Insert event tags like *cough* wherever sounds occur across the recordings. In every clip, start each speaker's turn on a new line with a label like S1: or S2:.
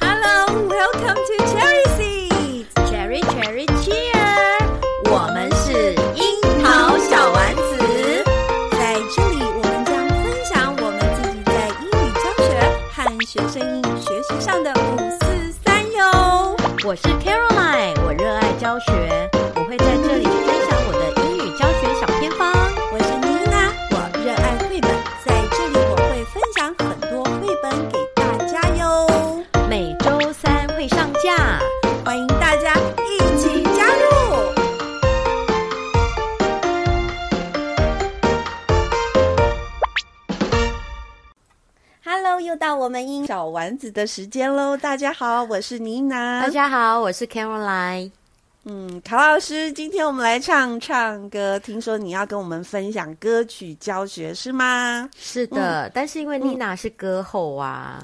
S1: Welcome, welcome to Cherry Seeds.
S2: Cherry Cherry Cheer，
S1: 我们是樱桃小丸子，在这里我们将分享我们自己在英语教学和学生英语学习上的五四三哟。
S2: 我是 Caroline，我热爱教学，我会在这里分享我的英语教学小偏方。
S1: 我是妮娜，我热爱绘本，在这里我会分享很多绘本给大家哟。
S2: 每周三会上架。
S1: 欢迎大家一起加入。Hello，又到我们英小丸子的时间喽！大家好，我是妮娜。
S2: 大家好，我是 Caroline。
S1: 嗯，卡老师，今天我们来唱唱歌。听说你要跟我们分享歌曲教学是吗？
S2: 是的，但是因为妮娜是歌后啊，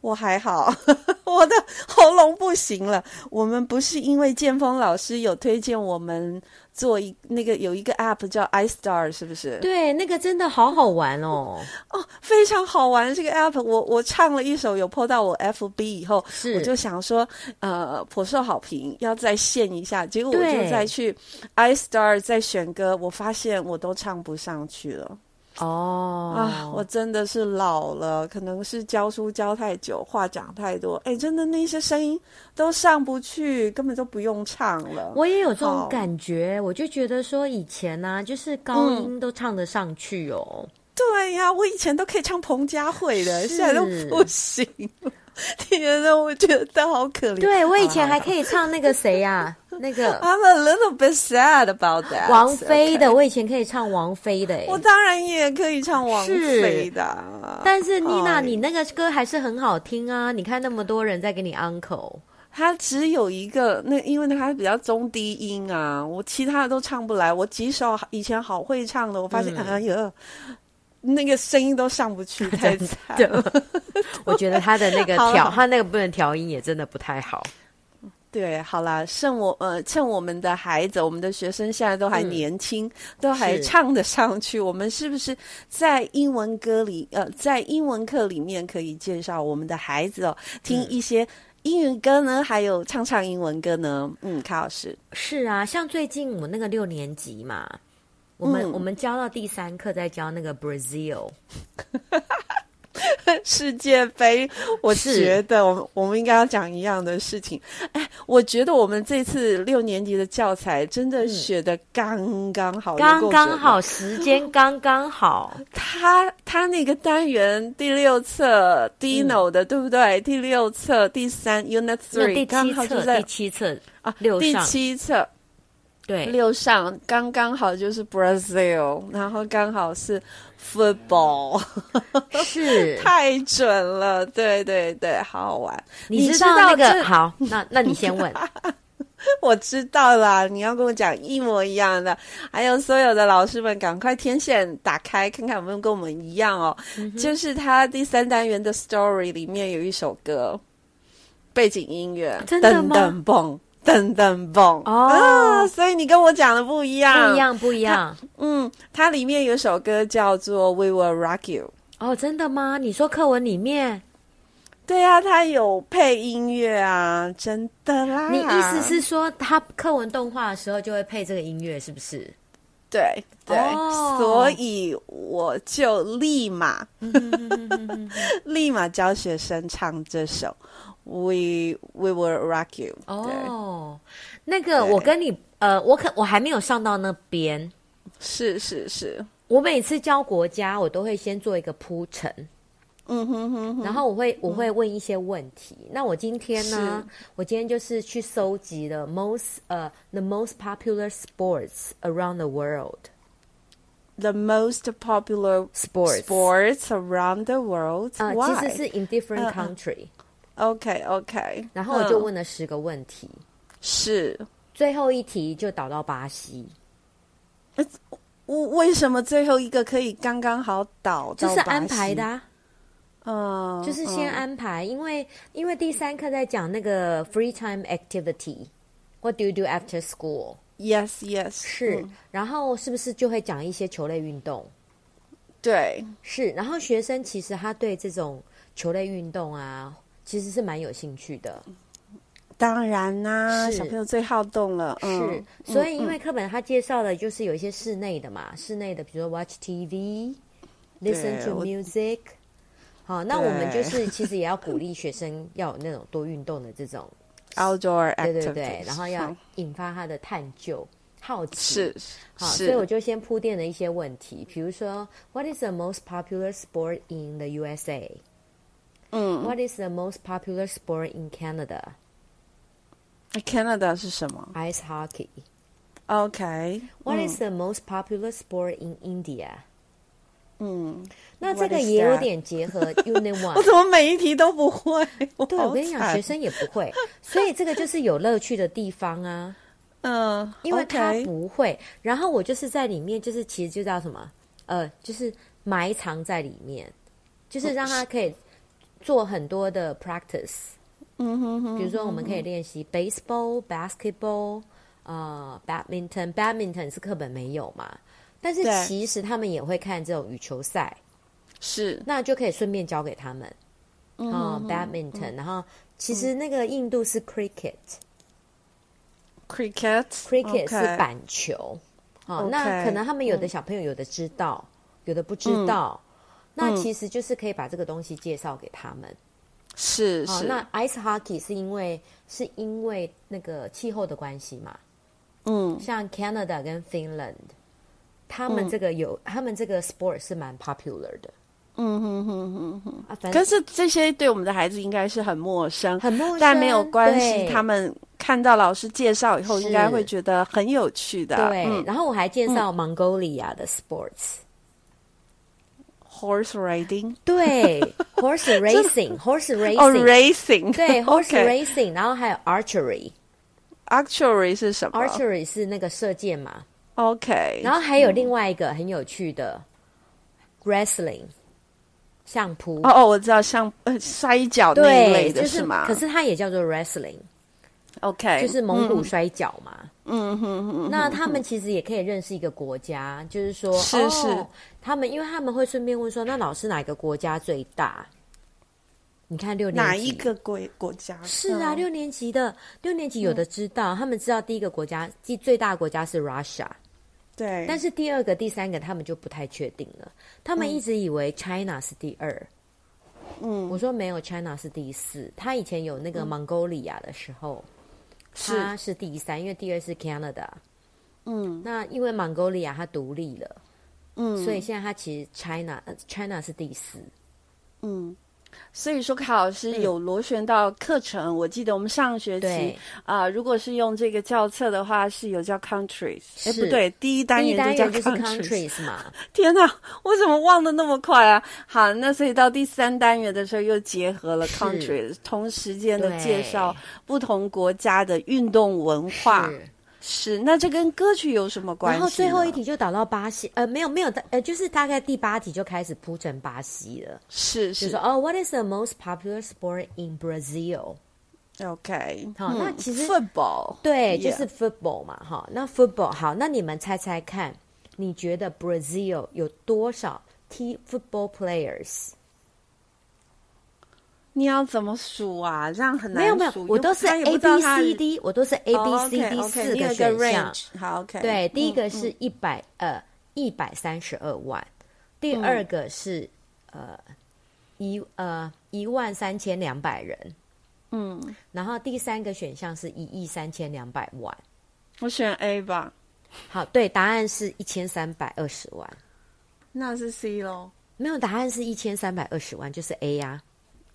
S1: 我还好， *laughs* 我的喉咙不行了。我们不是因为剑锋老师有推荐我们做一那个有一个 App 叫 iStar，是不是？
S2: 对，那个真的好好玩哦。
S1: 哦，非常好玩这个 app，我我唱了一首有 PO 到我 FB 以后，
S2: *laughs* 是
S1: 我就想说，呃，颇受好评，要再现一下。结果我
S2: 对
S1: 就再去 iStar 再选歌，我发现我都唱不上去了、
S2: 哦
S1: 啊！我真的是老了，可能是教书教太久，话讲太多，哎，真的那些声音都上不去，根本就不用唱了。
S2: 我也有这种
S1: 好
S2: 感觉，我就觉得说以前呢、就是高音都唱得上去哦。
S1: 对呀、我以前都可以唱彭佳慧的，
S2: 是
S1: 现在都不行了。 *laughs* 天哪，我觉得好可怜。
S2: 对我以前还
S1: 可以。
S2: 可以唱那个谁 *laughs* 呀、那个
S1: *laughs* I'm a little bit sad about that。
S2: 王菲的
S1: OK
S2: 我以前可以唱王菲的、欸，
S1: 我当然也可以唱王菲的啊。
S2: 但是妮娜，
S1: 哎
S2: 你那个歌还是很好听啊！你看那么多人在给你
S1: *laughs*
S2: uncle，
S1: 她只有一个，那因为她比较中低音啊，我其他的都唱不来。我几首以前好会唱的，我发现、哎呀，那个声音都上不去，太惨了。
S2: 我觉得他的那个
S1: 好了啊
S2: 调，
S1: 好
S2: 他那个不能调音也真的不太好。
S1: 对，好啦，趁我呃，趁我们的孩子，我们的学生现在都还年轻，都还
S2: 是
S1: 唱得上去，我们是不是在英文歌里，呃，在英文课里面可以介绍我们的孩子哦，听一些英语歌呢，还有唱唱英文歌呢？嗯，卡老师，
S2: 是啊，像最近我那个六年级嘛，我们、
S1: 嗯
S2: 我们教到第三课，在教那个 Brazil，
S1: *laughs* 世界杯，我
S2: 是
S1: 觉得我们我们应该要讲一样的事情。哎，我觉得我们这次六年级的教材真的选的刚刚好，哦有
S2: 嗯刚
S1: 够
S2: 刚
S1: 准
S2: 好，时间刚
S1: *laughs*
S2: 刚好，
S1: 他他那个单元第六册 Dino 的、对不对？第六册第三 Unit
S2: 嗯那第
S1: Three 刚
S2: 七
S1: 好就
S2: 册，
S1: 在
S2: 第七册
S1: 啊
S2: 六
S1: 第
S2: 上
S1: 七册
S2: 对。
S1: 六上刚刚好就是 Brazil，然后刚好是 football， *laughs*
S2: 是，
S1: 太准了，对对对，好好玩。
S2: 你
S1: 知
S2: 知道那个
S1: 这
S2: 好，那那你先
S1: *laughs*
S2: 问，
S1: 我知道啦，你要跟我讲一模一样的。还有所有的老师们，赶快天线打开，看看有没有跟我们一样哦。
S2: 嗯
S1: 就是他第三单元的 story 里面有一首歌，背景音乐，
S2: 啊真的
S1: 噔
S2: 吗
S1: 噔蹦，噔噔蹦。
S2: 哦
S1: 啊，所以你跟我讲的不一样。
S2: 不一。样不一样
S1: 嗯，它里面有一首歌叫做《We Will Rock You》。
S2: 哦，真的吗？你说课文里面，
S1: 对呀、啊，它有配音乐啊，真的啦。
S2: 你意思是说，他课文动画的时候就会配这个音乐，是不是？
S1: 对对
S2: 哦嗯
S1: 所以我就立马 *laughs* 立马教学生唱这首《We We Will Rock You》。对，
S2: 哦，那个
S1: 对
S2: 我跟你呃，我可我还没有上到那边。
S1: 是是是，
S2: 我每次教国家，我都会先做一个铺陈，
S1: 嗯哼哼嗯哼，
S2: 然后我会我会问一些问题。那我今天呢，我今天就是去搜集了 most 呃 the most popular sports around the world
S1: The most popular
S2: sports。
S1: sports around the world.
S2: 呃，其
S1: Why? 嗯
S2: 实是 in different country，、
S1: OK OK。
S2: 然后我就问了十个问题，
S1: 嗯是，
S2: 最后一题就导到巴西，
S1: 我为什么最后一个可以刚刚好倒
S2: 这
S1: 到
S2: 是
S1: 巴
S2: 安排
S1: 西
S2: 的、？啊。
S1: 嗯，
S2: 就是先安排，因为因为第三课在讲那个 free time activity，what do you do after school？
S1: Yes Yes 是
S2: 是，然后是不是就会讲一些球类运动？
S1: 对
S2: 是，然后学生其实他对这种球类运动啊，其实是蛮有兴趣的。
S1: 当然啦、
S2: 是
S1: 小朋友最好动了，嗯，
S2: 是，所以因为课本它介绍的就是有一些室内的嘛，室内的，比如说 watch TV、listen
S1: 对
S2: to
S1: 我
S2: music。好，那我们
S1: 对
S2: 就是其实也要鼓励学生要有那种多运动的这种，
S1: outdoor
S2: 对
S1: activity，
S2: 对对，然后要引发他的探究、好奇。
S1: 是
S2: 好，所以我
S1: 是
S2: 就先铺垫了一些问题，比如说，What is the most popular sport in the USA？
S1: 嗯
S2: ，What is the most popular sport in Canada？
S1: Canada 是什么
S2: Ice hockey。
S1: ？OK，
S2: What is the most popular sport in India？
S1: 嗯，
S2: 那
S1: What
S2: 这个
S1: is
S2: 也有
S1: that？
S2: 点结合
S1: *laughs*
S2: Unit
S1: 我
S2: One。
S1: 怎么每一题都不会？
S2: 啊 *laughs* 对，
S1: 好
S2: 我跟你讲，
S1: 惨
S2: 学，生也不会，所以这个就是有乐趣的地方啊，
S1: 嗯，
S2: 因为他
S1: OK
S2: 不会。然后我就是在里面，就是其实就叫什么，呃，就是埋藏在里面，就是让他可以做很多的 practice。
S1: 嗯哼哼，
S2: 比如说，我们可以练习 baseball、basketball、呃，badminton。badminton 是课本没有嘛，但是
S1: 对
S2: 其实他们也会看这种羽球赛，
S1: 是
S2: 那就可以顺便教给他们
S1: 嗯
S2: 啊、badminton。然后其实那个印度是 cricket，cricket、
S1: cricket，cricket
S2: 是板球啊、
S1: OK 嗯
S2: 那可能他们有的小朋友有的知道，有的不知道。
S1: 嗯
S2: 那其实就是可以把这个东西介绍给他们。
S1: 是
S2: 哦，
S1: 是，
S2: 那 ice hockey 是因为是因为那个气候的关系嘛？
S1: 嗯
S2: 像 Canada 跟 Finland，他们这个有、他们这个 sport 是蛮 popular 的
S1: 嗯哼哼哼哼，
S2: 啊，反正
S1: 可是这些对我们的孩子应该是很陌生，
S2: 很陌生，
S1: 但没有关系，
S2: 对
S1: 他们看到老师介绍以后，
S2: 是
S1: 应该会觉得很有趣的。嗯
S2: 对、然后我还介绍 Mongolia 的 sports，、
S1: h o r s e riding
S2: 对
S1: *laughs*
S2: horse racing，horse
S1: 哦
S2: racing，、
S1: ，racing，
S2: 对 horse
S1: OK
S2: racing，然后还有 archery，archery
S1: Archery 是什么
S2: 是那个射箭嘛，
S1: ？OK，
S2: 然后还有另外一个很有趣的 wrestling，相扑。
S1: 哦哦，我知道，像呃摔跤那一类
S2: 对，
S1: 的
S2: 就是
S1: 吗？
S2: 可是它也叫做 wrestling，
S1: OK，
S2: 就是蒙古摔跤嘛。
S1: 嗯哼哼，
S2: 那他们其实也可以认识一个国家，就是说，
S1: 是是
S2: 哦，他们因为他们会顺便问说，那老师哪个国家最大？你看六年级
S1: 嗯哪一个国国家？
S2: 是啊，
S1: 嗯
S2: 六年级的六年级有的知道，他们知道第一个国家第最大的国家是 Russia，
S1: 对，
S2: 但是第二个、第三个他们就不太确定了。他们一直以为 China 是第二，
S1: 嗯嗯
S2: 我说没有，China 是第四。他以前有那个 Mongolia 的时候，
S1: 是
S2: 他是第三，因为第二是 Canada。
S1: 嗯
S2: 那因为 Mongolia 它独立了，
S1: 嗯，
S2: 所以现在它其实 China 呃 China 是第四。
S1: 嗯，所以说卡老师有螺旋到课程。我记得我们上学期
S2: 嗯对
S1: 啊、如果是用这个教册的话，是有叫 countries，哎，
S2: 是
S1: 不对，第一单
S2: 第一单
S1: 元就
S2: 元
S1: 叫
S2: 就是
S1: countries。*laughs*
S2: countries 嘛，
S1: 天哪，我怎么忘的那么快啊？好，那所以到第三单元的时候，又结合了 countries，同时间的介绍不同国家的运动文化。
S2: 是。
S1: 是那这跟歌曲有什么关系
S2: 然
S1: 呢？
S2: 后最后一题就导到巴西，呃，没有没有，呃，就是大概第八题就开始铺成巴西了，
S1: 是
S2: 就是说哦，What is the most popular sport in Brazil？
S1: OK，嗯
S2: 好那其实
S1: football
S2: 对
S1: Yeah
S2: 就是 football 嘛，哈。那 football 好，那你们猜猜看，你觉得 Brazil 有多少踢 football players？
S1: 你要怎么数啊？这样很难
S2: 没有没有
S1: 数，
S2: 我都是
S1: 他
S2: A
S1: 也不知道
S2: B
S1: 他
S2: C D，我都是 A
S1: 哦
S2: B C
S1: ，OK，OK，
S2: D 四
S1: 你有一
S2: 个选项。
S1: range，好 OK，嗯
S2: 对，第一个是一百呃一百三十二万，第
S1: 嗯
S2: 二个是呃一呃一万三千两百人，
S1: 嗯，
S2: 然后第三个选项是一亿三千两百万。
S1: 我选 A 吧，
S2: 好，对，答案是一千三百二十万。
S1: 那是 C 咯
S2: 没有，答案是一千三百二十万，就是 A 啊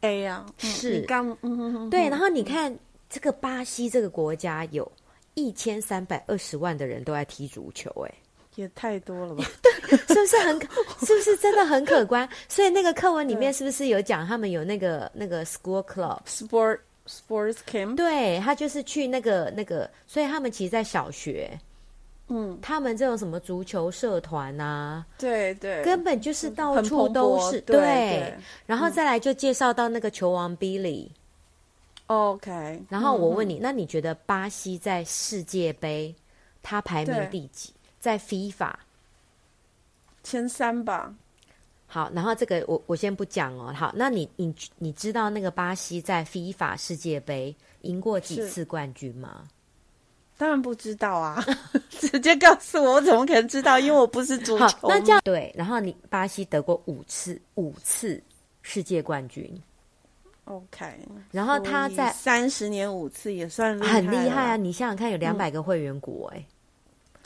S2: 呀、
S1: a 呀、啊，嗯
S2: 是
S1: 你刚嗯嗯嗯，
S2: 对，然后你看这个巴西这个国家有一千三百二十万的人都在踢足球、哎。
S1: 也太多
S2: *laughs*
S1: 了吧？
S2: 是不是
S1: *laughs*
S2: 很可？是不是真的很可观？所以那个课文里面是不是有讲他们有那个那个 school club？
S1: Sport sports camp，
S2: 对他就是去那个那个，所以他们其实，在小学，
S1: 嗯，
S2: 他们这种什么足球社团啊，
S1: 对对，
S2: 根本就是到
S1: 很
S2: 处
S1: 蓬
S2: 都
S1: 勃
S2: 是。
S1: 对对嗯
S2: 然后再来就介绍到那个球王 Billy。
S1: OK，嗯
S2: 然后我问你，那你觉得巴西在世界杯他排名
S1: 对
S2: 第几？在 FIFA
S1: 前三吧，
S2: 好，然后这个我我先不讲哦。好，那你你你知道那个巴西在 FIFA 世界杯赢过几
S1: 是
S2: 次冠军吗？
S1: 当然不知道
S2: *laughs*
S1: 啊，直接告诉我，我怎么可能知道？因为我不是足
S2: 好，
S1: 球。
S2: 那这样对，然后你巴西得过五次五次世界冠军，
S1: OK，
S2: 然后他在
S1: 三十年五次也算厉害，
S2: 很厉害啊！，你想想看，有两百个会员国、哎、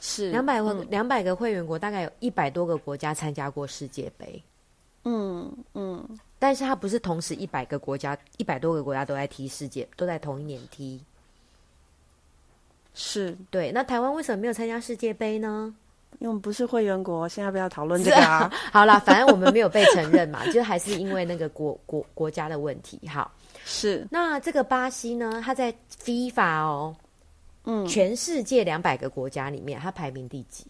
S1: 是
S2: 两百个两百个会员国，大概有一百多个国家参加过世界杯，
S1: 嗯嗯，
S2: 但是他不是同时一百个国家一百多个国家都在踢世界，都在同一年踢。
S1: 是，
S2: 对，那台湾为什么没有参加世界杯呢？
S1: 因为我们不是会员国，现在不要讨论这个啊。
S2: 好啦，反正我们没有被承认
S1: *laughs*
S2: 嘛，就还是因为那个国国国家的问题。好，
S1: *laughs* 是，
S2: 那这个巴西呢，它在 FIFA 哦，
S1: 嗯，
S2: 全世界两百个国家里面，它排名第几？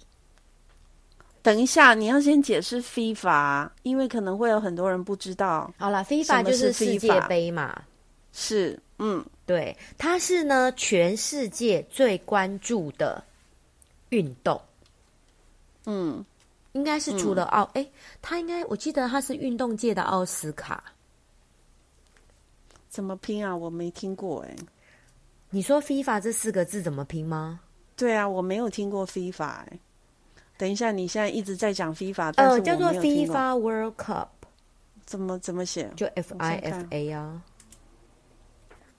S1: 等一下，你要先解释 FIFA，因为可能会有很多人不知道。
S2: 好啦 f i f
S1: 什
S2: a
S1: 么
S2: 就是是世界
S1: FIFA？
S2: 杯嘛，
S1: 是，嗯，
S2: 对，它是呢全世界最关注的运动，
S1: 嗯，
S2: 应该是除了奥，哎、它应该我记得它是运动界的奥斯卡。
S1: 怎么拼啊？我没听过哎、
S2: 你说 FIFA 这四个字怎么拼吗？
S1: 对啊，我没有听过 FIFA 哎、等一下，你现在一直在讲 FIFA，但是
S2: 呃，
S1: 我
S2: 叫做
S1: 没有听过
S2: FIFA World Cup，
S1: 怎么怎么写？
S2: 就 F
S1: 我想
S2: I F
S1: 看
S2: A 啊。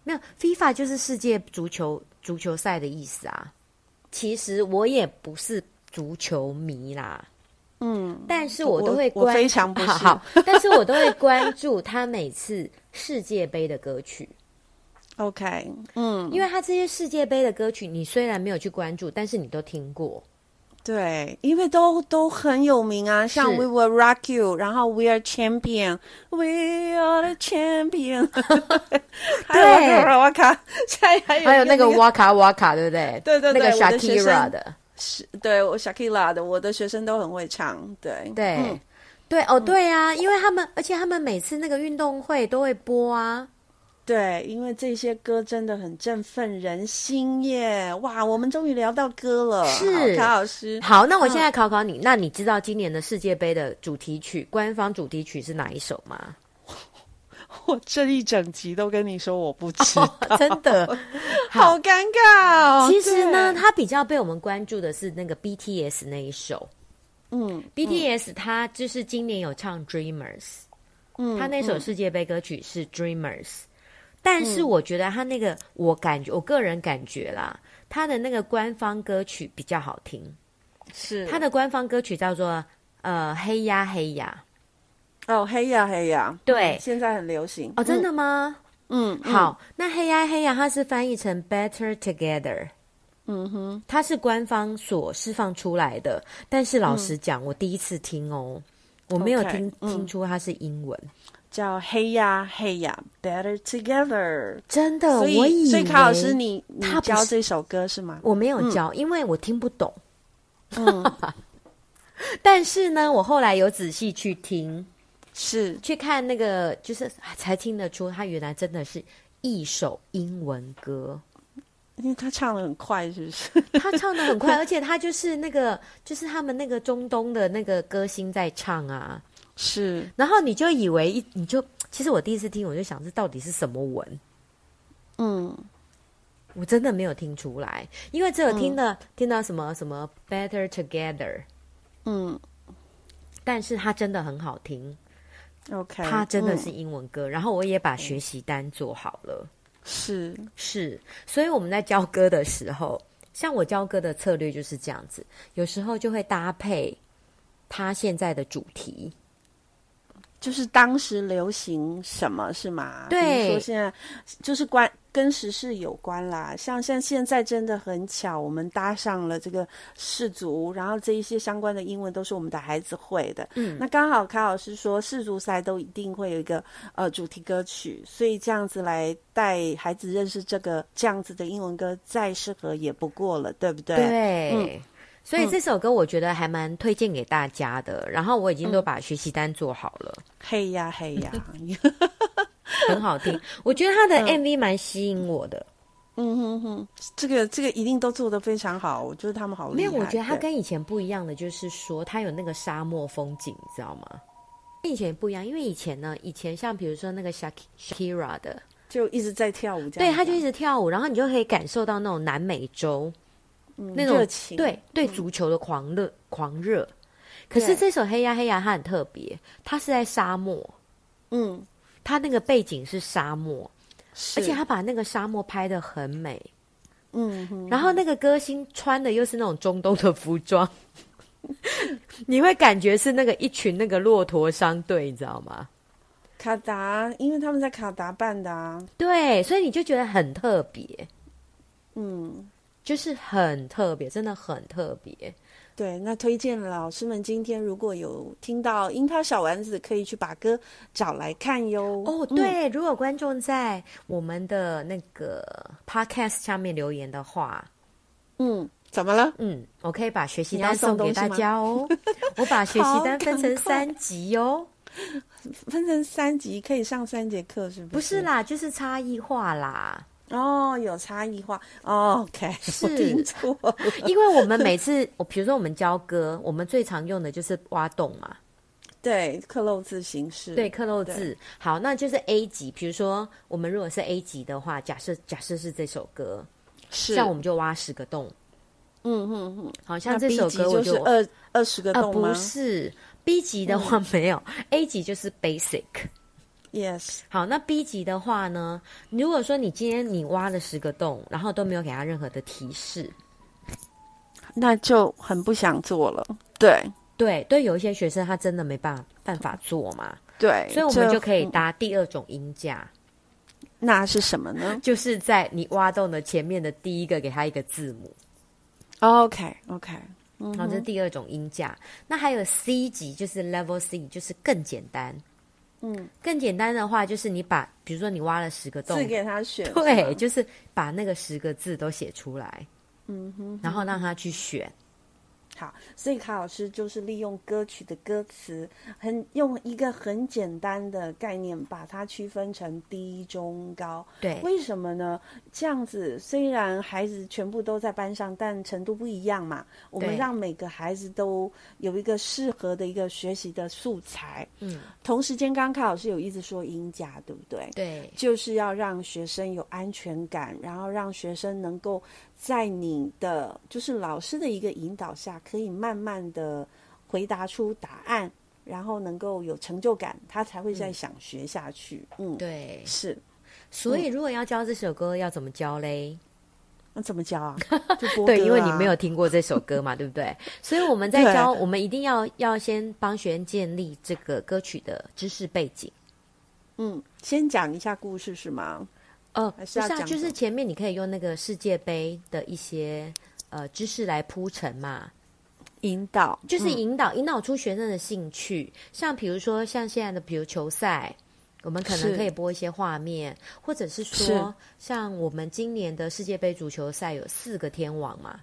S2: 没有 FIFA 就是世界足球足球赛的意思啊。其实我也不是足球迷啦，
S1: 嗯，
S2: 但是我都
S1: 我
S2: 会
S1: 我
S2: 关
S1: 非常不是
S2: 好 *laughs* 好，但是我都会关注他每次世界杯的歌曲，
S1: OK，嗯，
S2: 因为他这些世界杯的歌曲，你虽然没有去关注，但是你都听过。
S1: 对，因为都都很有名啊，像
S2: 是
S1: We Will Rock You，然后 We Are Champion，We Are the Champion，还有
S2: 对
S1: Waka Waka，现 *laughs* 在还有
S2: *laughs* 还有那个
S1: 一
S2: 哇卡哇卡，对不对？
S1: *laughs* 对对对
S2: 那个
S1: 我的学生
S2: Shakira 的，
S1: 是对我 Shakira 的，我的学生都很会唱，对
S2: 对、
S1: 嗯
S2: 对哦，对啊，因为他们，而且他们每次那个运动会都会播啊。
S1: 对，因为这些歌真的很振奋人心耶！哇，我们终于聊到歌了，
S2: 是
S1: 好卡老师，
S2: 好，那我现在考考你，那你知道今年的世界杯的主题曲官方主题曲是哪一
S1: *laughs*
S2: 首吗？
S1: *laughs* 我这一整集都跟你说我不知
S2: 真的，
S1: 哦好尴尬哦。
S2: *laughs* 其实呢，
S1: 对，
S2: 它比较被我们关注的是那个 BTS 那一首。
S1: 嗯
S2: BTS 它就是今年有唱 Dreamers，
S1: 嗯，嗯
S2: 他那首世界杯歌曲是 Dreamers，、但是我觉得他那个，我感觉我个人感觉啦，他的那个官方歌曲比较好听。
S1: 是
S2: 他的官方歌曲叫做呃嘿呀嘿呀，
S1: 哦，黑呀黑呀，
S2: 对
S1: 嗯现在很流行
S2: 哦，真，的吗？
S1: 嗯，嗯，
S2: 好，那黑呀嘿呀，它是翻译成 Better Together，
S1: 嗯嗯哼，
S2: 它是官方所释放出来的。但是老实讲，我第一次听哦，我没有
S1: 嗯 OK，
S2: 听
S1: 嗯
S2: 听出它是英文，
S1: 叫黑呀黑呀，Better Together。
S2: 真的，
S1: 所
S2: 呃我以
S1: 以，所以
S2: 为
S1: 卡老师，你你
S2: 他不
S1: 教
S2: 是
S1: 这首歌是吗？
S2: 我没有教，因为我听不懂。
S1: 嗯，
S2: *laughs* 但是呢，我后来有仔细去听，
S1: 是
S2: 去看那个，就是啊才听得出，它原来真的是一首英文歌。
S1: 因为他唱的很快，是不是？
S2: 他唱的很快，而且他就是那个，就是他们那个中东的那个歌星在唱啊。
S1: 是， *laughs*
S2: 然后你就以为一，你就其实我第一次听，我就想这到底是什么文，
S1: 嗯，
S2: 我真的没有听出来，因为只有听的、听到什么什么 Better Together，
S1: 嗯
S2: 但是它真的很好听，
S1: ，OK，
S2: 它真的是
S1: 嗯
S2: 英文歌。然后我也把学习单做好了。
S1: 是
S2: 是，所以我们在教歌的时候，像我教歌的策略就是这样子，有时候就会搭配它现在的主题。
S1: 就是当时流行什么是吗？比
S2: 对
S1: 如说现在就是关跟时事有关啦，像像现在真的很巧，我们搭上了这个氏族，然后这一些相关的英文都是我们的孩子会的。嗯，那刚好卡老师说氏族赛都一定会有一个呃主题歌曲，所以这样子来带孩子认识这个这样子的英文歌，再适合也不过了，对不对？嗯
S2: 对，所以这首歌我觉得还蛮推荐给大家的。然后我已经
S1: 嗯
S2: 都把学习单做好了，
S1: 嘿呀嘿呀， *laughs*
S2: 很好听。我觉得他的 MV 蛮吸引我的，
S1: 嗯哼哼，这个这个一定都做得非常好，我觉得他们好厉害。
S2: 没有，我觉得他
S1: 对
S2: 跟以前不一样的就是说，他有那个沙漠风景，你知道吗？跟以前不一样，因为以前呢，以前像比如说那个 Shak Shakira 的，
S1: 就一直在跳舞这
S2: 对，
S1: 样。啊
S2: 他就一直跳舞，然后你就可以感受到那种南美洲、那种
S1: 嗯热情
S2: 对对足球的狂热、狂热。可是
S1: 对
S2: 这首《黑呀黑呀》它很特别，它是在沙漠，
S1: 嗯，
S2: 它那个背景是沙漠，
S1: 是
S2: 而且他把那个沙漠拍的很美。
S1: 嗯哼，
S2: 然后那个歌星穿的又是那种中东的服装， *laughs* 你会感觉是那个一群那个骆驼商队，你知道吗？
S1: 卡达，因为他们在卡达办的啊，
S2: 对，所以你就觉得很特别，
S1: 嗯，
S2: 就是很特别，真的很特别。
S1: 对，那推荐老师们今天如果有听到樱桃小丸子，可以去把歌找来看哟。
S2: 哦，
S1: 嗯，
S2: 对，如果观众在我们的那个 podcast 下面留言的话，
S1: 嗯，怎么了？
S2: 嗯，我可以把学习
S1: 你要
S2: 单送
S1: 送
S2: 给
S1: 东西
S2: 大
S1: 吗
S2: 家 *laughs* 哦。我把学习
S1: 好
S2: 单分成
S1: 赶快
S2: 三集哦，
S1: 分成三集可以上三节课，是不
S2: 不
S1: 是
S2: 是啦，就是差异化啦。
S1: 哦，有差异化。哦、OK，
S2: 是
S1: 我听错了。 *laughs*
S2: 因为我们每次，我比如说我们教歌，我们最常用的就是挖洞嘛，
S1: 对，克漏字形式。
S2: 对，，克漏字。好，那就是 A 级，比如说我们如果是 A 级的话，假设假设是这首歌，
S1: 是。
S2: 像我们就挖十个洞。
S1: 嗯嗯嗯，
S2: 好像
S1: 那
S2: 这
S1: B
S2: 首
S1: 级
S2: 歌我
S1: 就是二二十个
S2: 呃
S1: 洞吗嗯
S2: 不是 B 级的话没有、a 级就是 basic。
S1: ？Yes，
S2: 好，那 B 级的话呢，如果说你今天你挖了十个洞，然后都没有给他任何的提示，
S1: 那就很不想做了。对
S2: 对对，有一些学生他真的没办法办法做嘛，
S1: 对，
S2: 所以我们
S1: 这
S2: 就可以
S1: 嗯
S2: 搭第二种音架。
S1: 那是什么呢
S2: 就是在你挖洞的前面的第一个，给它一个字母，
S1: ？OK OK，嗯
S2: 然后这是第二种音架。那还有 C 级，就是 Level C，就是更简单。
S1: 嗯，
S2: 更简单的话，就是你把，比如说你挖了十个洞
S1: 字，给他选。是
S2: 对，
S1: 吗
S2: 就是把那个十个字都写出来，
S1: 嗯哼。
S2: 然后让他去选。
S1: 好，所以卡老师就是利用歌曲的歌词，很用一个很简单的概念把它区分成低、中、高。
S2: 对，
S1: 为什么呢？这样子虽然孩子全部都在班上，但程度不一样嘛。我们
S2: 对
S1: 让每个孩子都有一个适合的一个学习的素材。
S2: 嗯，
S1: 同时间，刚刚卡老师有一直说音甲，对不对？
S2: 对，
S1: 就是要让学生有安全感，然后让学生能够在你的就是老师的一个引导下，可以慢慢的回答出答案，然后能够有成就感，他才会再想学下去。嗯，
S2: 对。
S1: 是。
S2: 所以如果要教这首歌，要怎么教嘞？
S1: 那怎么教啊？就播 *laughs* 歌啊
S2: 对，因为你没有听过这首歌嘛，对
S1: *laughs*
S2: 不对？所以我们在
S1: 对
S2: 教，我们一定要要先帮学员建立这个歌曲的知识背景。
S1: 嗯，先讲一下故事是吗？
S2: 呃，
S1: 还
S2: 不
S1: 是
S2: 是
S1: 要
S2: 啊，
S1: 讲
S2: 就
S1: 什
S2: 是
S1: 么
S2: 前面你可以用那个世界杯的一些呃知识来铺陈嘛，
S1: 引导嗯
S2: 就是引导、引导出学生的兴趣。像比如说像现在的比如球赛，我们可能
S1: 是
S2: 可以播一些画面，或者是说
S1: 是
S2: 像我们今年的世界杯足球赛有四个天王嘛，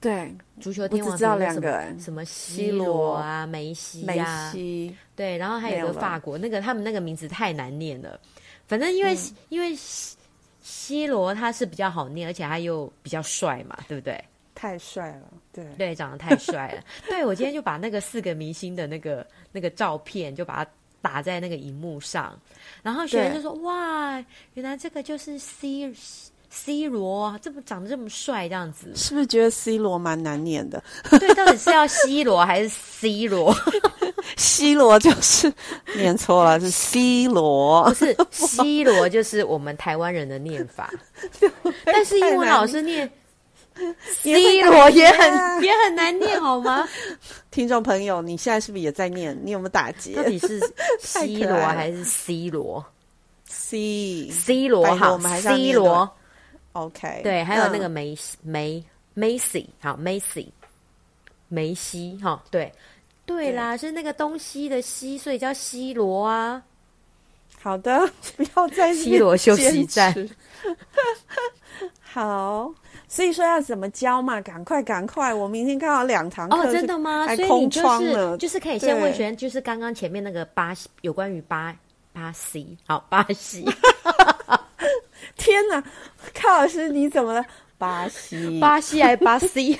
S1: 对
S2: 足球天
S1: 我只
S2: 王
S1: 知道
S2: 比如说
S1: 两个
S2: 什
S1: 人
S2: 么什么 C
S1: 罗
S2: 罗啊、梅西
S1: 梅
S2: 呀、
S1: 西
S2: 对，然后还
S1: 没
S2: 有一
S1: 有
S2: 个
S1: 了
S2: 法国，那个他们那个名字太难念了。反正
S1: 嗯
S2: 因为、因为西西罗他是比较好念，而且他又比较帅嘛，对不对？
S1: 太帅了，对
S2: 对，长得太
S1: *laughs*
S2: 帅了。对我今天就把那个四个明星的那个那个照片，就把它打在那个荧幕上，然后学员就
S1: 对
S2: 说：“哇，原来这个就是 C C 罗，这么长得这么帅，这样子。
S1: 是不是觉得 C 罗蛮难念的？
S2: 对，到底是要 C 罗还是
S1: *laughs*
S2: C 罗？
S1: C 罗就是 *laughs* 念错
S2: *laughs*
S1: 了，是 C 罗
S2: 不。是 C 罗，就是我们台湾人的念法。 *laughs*
S1: *laughs*
S2: 但是英文老师念 C 罗
S1: 啊
S2: 也很也很难念，
S1: *laughs*
S2: 好吗？
S1: 听众朋友，你现在是不是也在念？你有没有打
S2: 到
S1: 结
S2: 底是 C 罗还是 C 罗
S1: ？C
S2: ？C 罗
S1: 嗯拜托
S2: 好
S1: 我们还是要
S2: ，C
S1: 念的
S2: 罗
S1: OK
S2: 对，还有那个
S1: 嗯
S2: 梅西梅梅西好梅西梅西哈，对对啦，是那个东西的西，所以叫 C 罗啊。
S1: 好的， *laughs* 不要再
S2: C 罗休息
S1: 坚
S2: 站
S1: 持。 *laughs* 好，所以说要怎么教嘛？赶快赶快！我明天刚好两堂课
S2: 哦，
S1: 就
S2: 真的吗？
S1: 还
S2: 所以你
S1: 空
S2: 就
S1: 窗
S2: 是
S1: 了，
S2: 就是可以先问
S1: 对
S2: 学员，就是刚刚前面那个巴西有关于巴巴西，好巴
S1: *laughs*
S2: 西
S1: 天哪，康老师你怎么了？巴西，
S2: 巴西还巴西，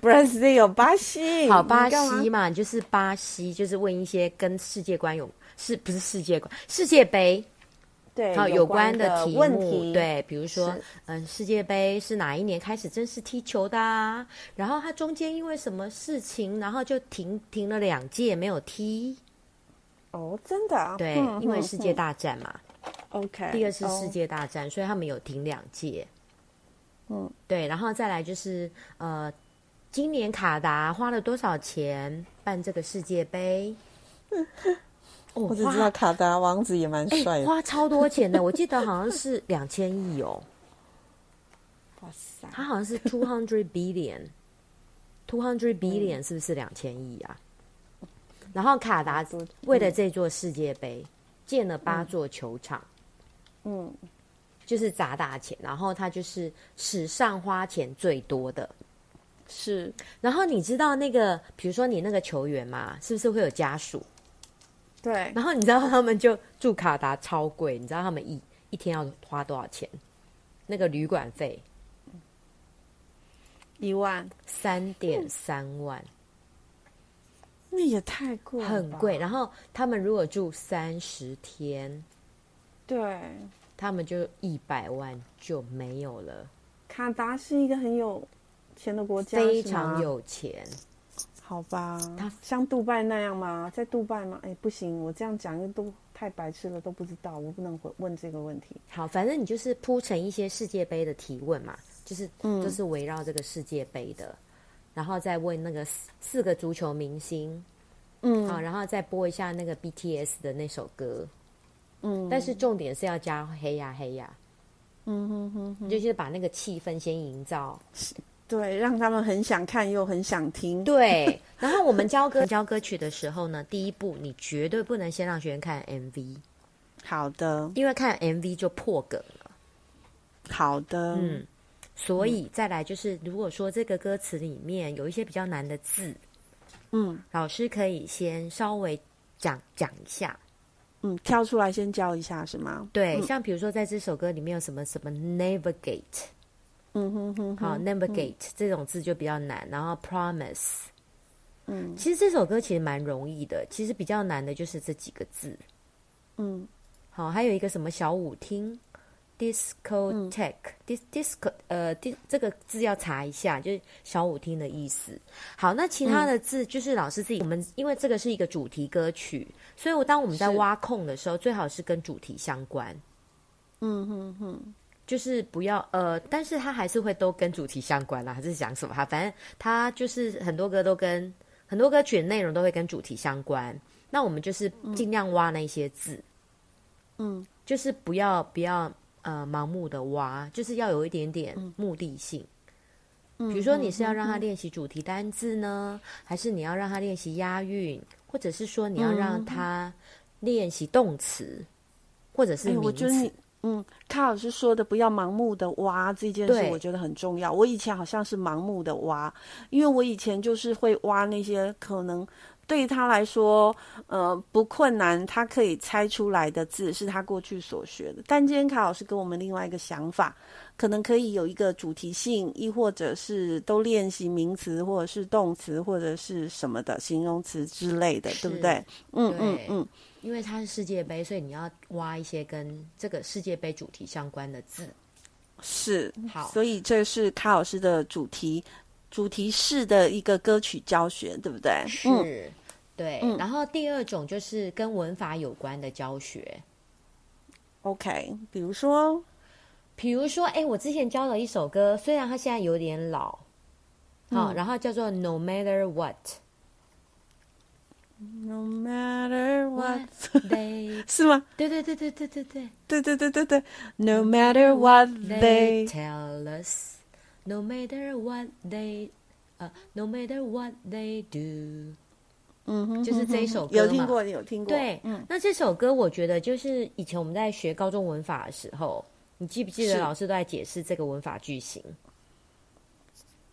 S1: Brazil 巴西，
S2: 好，
S1: 哎你
S2: 巴
S1: 干嘛
S2: 西嘛，就是巴西，就是问一些跟世界观有是不是世界观世界杯
S1: 对
S2: 好
S1: 有
S2: 关
S1: 的
S2: 题目，
S1: 问题，
S2: 对，比如说
S1: 是
S2: 嗯，世界杯是哪一年开始正式踢球的啊？然后他中间因为什么事情，然后就停停了两届没有踢，
S1: 哦，真的啊，
S2: 对，
S1: 嗯
S2: 因为
S1: 嗯
S2: 世界
S1: 嗯
S2: 大战嘛，
S1: OK，
S2: 第二次
S1: 哦
S2: 世界大战，所以他们有停两届。
S1: 嗯，
S2: 对，然后再来就是呃，今年卡达花了多少钱办这个世界杯？哦，
S1: *laughs* 我只知
S2: 花
S1: 道卡达王子也蛮
S2: 哎、
S1: 帅的，
S2: 花超多钱的，我记得好像是两千亿哦，
S1: 哇塞，
S2: 它好像是 two hundred *laughs* billion，two hundred billion
S1: 嗯
S2: 是不是两千亿啊？然后卡达
S1: 多
S2: 为了这座世界杯建了八座球场。
S1: 嗯，
S2: 就是砸大钱，然后他就是史上花钱最多的。
S1: 是
S2: 然后你知道那个，比如说你那个球员嘛，是不是会有家属？
S1: 对，
S2: 然后你知道他们就住卡达超贵，你知道他们一一天要花多少钱？那个旅馆费
S1: 一万，
S2: 三
S1: 嗯
S2: 点三万，
S1: 那也太贵了吧，
S2: 很贵。然后他们如果住三十天，
S1: 对，
S2: 他们就一百万就没有了，
S1: 卡达是一个很有钱的国家，
S2: 非
S1: 是吗
S2: 常，有钱。
S1: 好吧
S2: 它，
S1: 像杜拜那样吗？在杜拜吗？哎，不行，我这样讲又都太白痴了，都不知道，我不能回问这个问题。
S2: 好，反正你就是铺成一些世界杯的提问嘛，就是
S1: 嗯
S2: 就是围绕这个世界杯的，然后再问那个四四个足球明星
S1: 嗯
S2: 啊，然后再播一下那个 BTS 的那首歌，
S1: 嗯，
S2: 但是重点是要加黑呀黑呀，
S1: 嗯哼哼哼，
S2: 就是把那个气氛先营造。
S1: 对，让他们很想看又很想听，
S2: 对， *laughs* 然后我们教歌教歌曲的时候呢，第一步你绝对不能先让学员看 MV，
S1: 好的，
S2: 因为看 MV 就破梗了。
S1: 好的，
S2: 嗯，所以再来就是，如果说这个歌词里面有一些比较难的字。
S1: 嗯
S2: 老师可以先稍微讲讲一下，
S1: 嗯，挑出来先教一下是吗？
S2: 对，像比如说在这首歌里面有什么什么 navigate，
S1: 嗯哼哼哼，
S2: 好 navigate 这种字就比较难，然后 promise，
S1: 嗯
S2: 其实这首歌其实蛮容易的，其实比较难的就是这几个字，
S1: 嗯
S2: 好，还有一个什么小舞厅。discotheque，dis、disco
S1: 嗯
S2: 呃，dis 这个字要查一下，就是小舞厅的意思。好，那其
S1: 嗯
S2: 他的字就是老师自己，我们因为这个是一个主题歌曲，所以我当我们在
S1: 是
S2: 挖空的时候，最好是跟主题相关。
S1: 嗯哼哼，
S2: 就是不要呃，但是它还是会都跟主题相关啦，还是讲什么哈，反正它就是很多歌都跟很多歌曲的内容都会跟主题相关。那我们就是尽量挖那些字，
S1: 嗯
S2: 就是不要不要呃盲目的挖，就是要有一点点目的性。
S1: 嗯，
S2: 比如说你是要让他练习主题单字呢，还是你要让他练习押韵，或者是说你要让他练习动词，或者是
S1: 哎，我
S2: 名
S1: 觉得
S2: 词
S1: 你。。嗯，卡老师说的不要盲目的挖这件事
S2: 对，
S1: 我觉得很重要。我以前好像是盲目的挖，因为我以前就是会挖那些可能对他来说，呃，不困难，他可以猜出来的字是他过去所学的。但今天卡老师给我们另外一个想法，可能可以有一个主题性，亦或者是都练习名词，或者是动词，或者是什么的形容词之类的，对不
S2: 是
S1: 对？嗯嗯
S2: 对
S1: 嗯，
S2: 因为它是世界杯，所以你要挖一些跟这个世界杯主题相关的字。
S1: 是。
S2: 嗯好，
S1: 所以这是卡老师的主题主题式的一个歌曲教学，对不对？
S2: 是，
S1: 嗯
S2: 对。
S1: 嗯
S2: 然后第二种就是跟文法有关的教学，
S1: ，OK。比如说，
S2: 比如说，哎，我之前教了一首歌，虽然它现在有点老，好、然后叫做 No matter what
S1: No matter what，
S2: *laughs* *laughs* they，
S1: *laughs* 是吗？
S2: 对对对对对对对
S1: 对对对对对，No matter what they，
S2: ，they tell us no matter what they，呃、n o matter what they do，
S1: 嗯哼，
S2: 就是这一首歌嘛。
S1: 有听过，有听过，
S2: 对，
S1: 嗯，
S2: 那这首歌我觉得就是以前我们在学高中文法的时候，你记不记得
S1: 是
S2: 老师都在解释这个文法句型？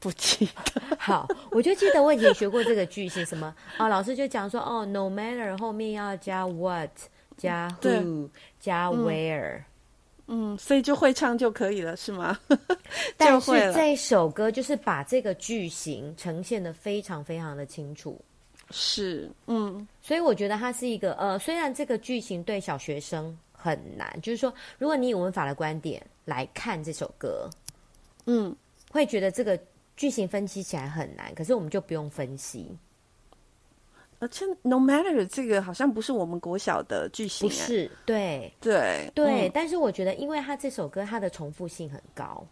S1: 不记得，
S2: 好，我就记得我以前学过这个句型，什么啊？老师就讲说，哦，no matter 后面要加 what，加
S1: 对
S2: who，加 where，、
S1: *laughs* 嗯，所以就会唱就可以了，是吗？ *laughs*
S2: 但
S1: 就是会了，
S2: 这首歌就是把这个句型呈现的非常非常的清楚，
S1: 是，嗯，
S2: 所以我觉得它是一个呃，虽然这个句型对小学生很难，就是说，如果你以文法的观点来看这首歌，
S1: 嗯，
S2: 会觉得这个句型分析起来很难，可是我们就不用分析，
S1: 而且 no matter 这个好像不是我们国小的句型，
S2: 不，是对
S1: 对
S2: 对、
S1: 嗯
S2: 但是我觉得，因为它这首歌它的重复性很高，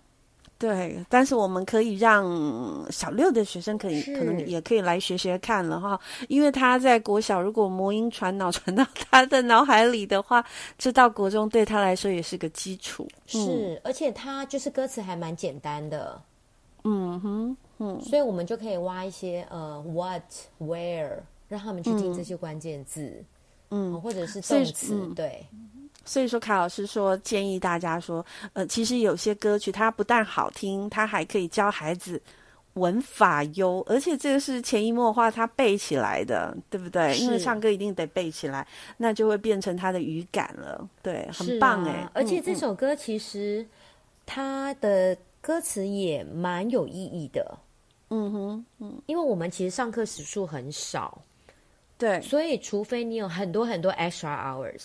S1: 对，但是我们可以让小六的学生可以
S2: 是
S1: 可能也可以来学学看了哈，因为他在国小如果魔音传脑 *laughs* 传到他的脑海里的话，这到国中对他来说也是个基础，嗯
S2: 是，而且它就是歌词还蛮简单的，
S1: 嗯哼，
S2: 所以我们就可以挖一些呃 what where，让他们去听这些关键字，
S1: 嗯
S2: 哦。或者是
S1: 所以
S2: 动
S1: 是
S2: 词，
S1: 嗯
S2: 对，
S1: 所以说，卡老师说建议大家说，呃，其实有些歌曲它不但好听，它还可以教孩子文法优，而且这个是潜移默化他背起来的，对不对？
S2: 是
S1: 因为唱歌一定得背起来，那就会变成他的语感了。对，很棒
S2: 是
S1: 哎、
S2: 啊而且这首歌其实它的歌词也蛮有意义的，
S1: 嗯嗯哼，
S2: 因为我们其实上课时数很少，
S1: 对
S2: 所以除非你有很多很多 extra hours，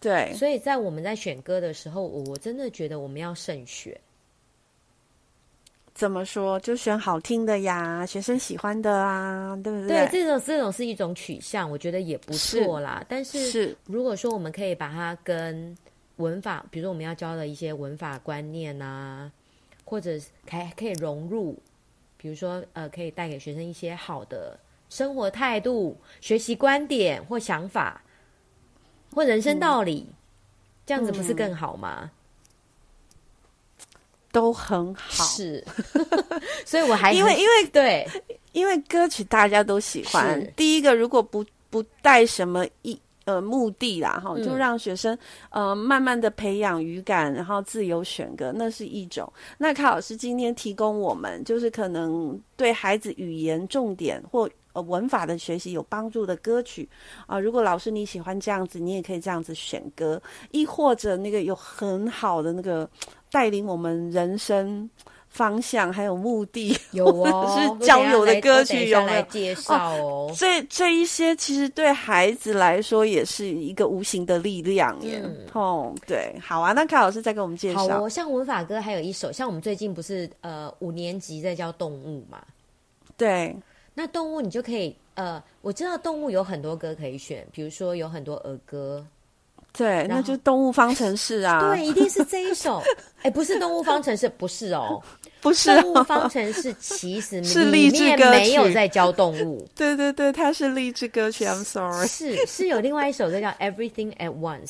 S1: 对，
S2: 所以在我们在选歌的时候，我我真的觉得我们要慎选。
S1: 怎么说就选好听的呀，学生喜欢的啊，对不
S2: 对，这种这种是一种取向，我觉得也不错啦。但是
S1: 是
S2: 如果说我们可以把它跟文法，比如说我们要教的一些文法观念啊，或者是还可以融入，比如说呃，可以带给学生一些好的生活态度、学习观点或想法，或人生道理，
S1: 嗯
S2: 这样子不是更好吗？
S1: 都很好。
S2: 是， *laughs* 所以我还
S1: 因为
S2: 很
S1: 因为
S2: 对
S1: 因为歌曲大家都喜欢
S2: 是。
S1: 第一个，如果不不带什么意呃目的啦，哈，
S2: 嗯
S1: 就让学生呃慢慢的培养语感，然后自由选歌，那是一种。那卡老师今天提供我们，就是可能对孩子语言重点或。呃，文法的学习有帮助的歌曲啊、如果老师你喜欢这样子，你也可以这样子选歌，亦或者那个有很好的那个带领我们人生方向还有目的 *laughs*
S2: 有哦，
S1: 是
S2: 我等
S1: 交
S2: 一下
S1: 友的
S2: 来
S1: 歌
S2: 我等一
S1: 曲
S2: 下
S1: 有没
S2: 来
S1: 有
S2: 介绍哦？
S1: 这这一些其实对孩子来说也是一个无形的力量耶。
S2: 嗯
S1: 哦，对，好啊，那卡老师再给我们介
S2: 好
S1: 绍。
S2: 哦，像文法歌还有一首，像我们最近不是呃五年级在教动物嘛？
S1: 对，
S2: 那动物你就可以呃，我知道动物有很多歌可以选，比如说有很多儿歌，
S1: 对，
S2: 后
S1: 那就动物方程式啊，
S2: *laughs* 对，，一定是这一
S1: *laughs*
S2: 首。哎，不是动物方程式，不是哦，
S1: 不 *laughs* 是、
S2: 动物
S1: 啊，
S2: 方程式其实
S1: *laughs* 是
S2: 里
S1: 励志
S2: 面
S1: 歌
S2: 没有
S1: 曲
S2: 在教动物，
S1: *laughs* 对对对，它是励志歌曲，I'm
S2: *laughs*
S1: sorry。
S2: 是是有另外一首歌叫《Everything at
S1: *laughs*
S2: Once》，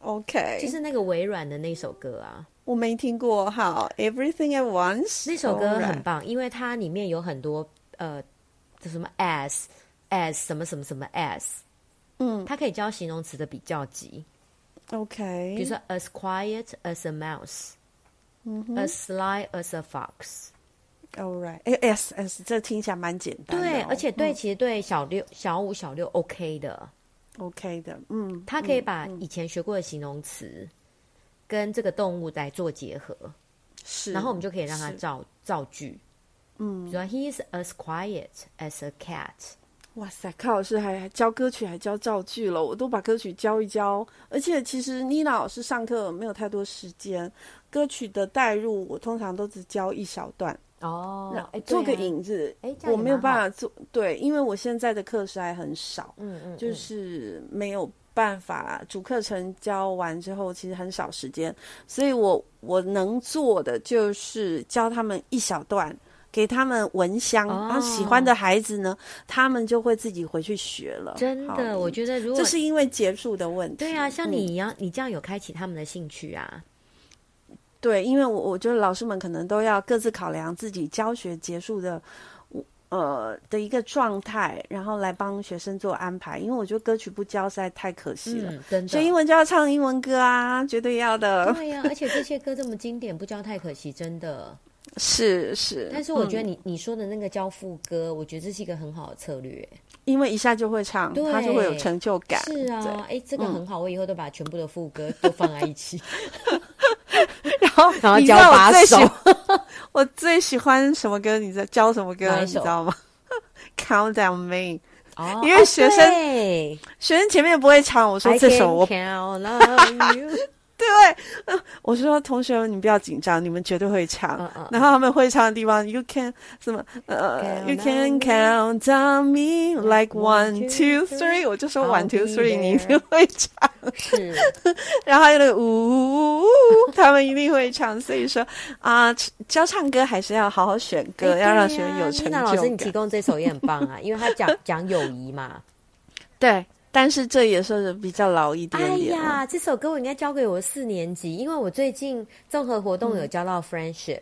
S1: OK，
S2: 就是那个微软的那首歌啊。
S1: 我没听过，好，Everything at Once
S2: 那首歌很
S1: alright
S2: 棒，因为它里面有很多呃，这什么 as as 什么什么什么 as，
S1: 嗯
S2: 它可以教形容词的比较级，
S1: ，OK，
S2: 比如说 as quiet as a mouse，
S1: 嗯哼
S2: as sly as a fox。
S1: ，All right，哎，S S，这听起来蛮简单的哦、
S2: 对，而且对，其实对小六、小五、小六 OK 的，
S1: OK 的，嗯，
S2: 它可以把以前学过的形容词跟这个动物来做结合，
S1: 是，
S2: 然后我们就可以让它
S1: 是
S2: 造造句。嗯，比如说 he is as quiet as a cat。
S1: 哇塞，康老师还还教歌曲，还教造句了，我都把歌曲教一教。而且其实妮娜老师上课没有太多时间，歌曲的带入我通常都只教一小段，
S2: 哦
S1: 让，
S2: 哎
S1: 做个
S2: 对啊
S1: 引子。
S2: 哎这样
S1: 我
S2: 也
S1: 没有
S2: 蛮好
S1: 办法做，对，因为我现在的课时还很少，
S2: 嗯嗯，
S1: 就
S2: 嗯
S1: 是没有办法，主课程教完之后，其实很少时间，所以我我能做的就是教他们一小段，给他们闻香，
S2: 哦
S1: 然后喜欢的孩子呢，他们就会自己回去学了。
S2: 真的，
S1: 好
S2: 我觉得如果
S1: 这是因为结束的问题。
S2: 对啊，像
S1: 嗯
S2: 你一样，你这样有开启他们的兴趣啊，
S1: 对，因为我我觉得老师们可能都要各自考量自己教学结束的，呃的一个状态，然后来帮学生做安排。因为我觉得歌曲不教实在太可惜了。
S2: 嗯，真
S1: 学英
S2: 的。
S1: 文就要唱英文歌啊，绝对要的。
S2: 对啊呀、而且这些歌这么经典，不教太可惜，真的。
S1: 是是，
S2: 但是我觉得
S1: 嗯
S2: 你、你说的那个教副歌，我觉得这是一个很好的策略。
S1: 因为一下就会唱，
S2: 对
S1: 他就会有成就感。嗯
S2: 是
S1: 对
S2: 啊，哎，这个很好，我以后都把全部的副歌都放在一起。
S1: *laughs* 然后
S2: 然后
S1: 你知
S2: 教
S1: 道
S2: 把
S1: 我最喜
S2: 手，
S1: *laughs* 我最喜欢什么歌？你知道教什么歌？
S2: 哪一
S1: 你
S2: 首
S1: 知道吗 *laughs* ？Count down me。
S2: 哦
S1: 因为学生
S2: 对
S1: 学生前面不会唱，我说这首我
S2: I can count on you *laughs*
S1: 对，呃我说同学们你不要紧张，你们绝对会唱。
S2: 嗯嗯
S1: 然后他们会唱的地方，You can 什么呃
S2: Count
S1: ，You can
S2: on
S1: count on me like one
S2: two,
S1: two three，我就说
S2: I'll
S1: one two
S2: be
S1: three，你一
S2: there
S1: 定会唱。
S2: 是
S1: 然后还有那个呜，他们一定会唱。所以说啊，教唱歌还是要好好选歌，
S2: 哎
S1: 要让
S2: 对
S1: 学
S2: 呀
S1: 生有成就
S2: Nina
S1: 感。
S2: 老师，你提供这首也很棒
S1: *laughs*
S2: 啊，因为他讲讲友谊嘛。
S1: 对，但是这也算是比较老一点
S2: 哎
S1: 点了。
S2: 呀，这首歌我应该交给我四年级，因为我最近综合活动有教到 friendship，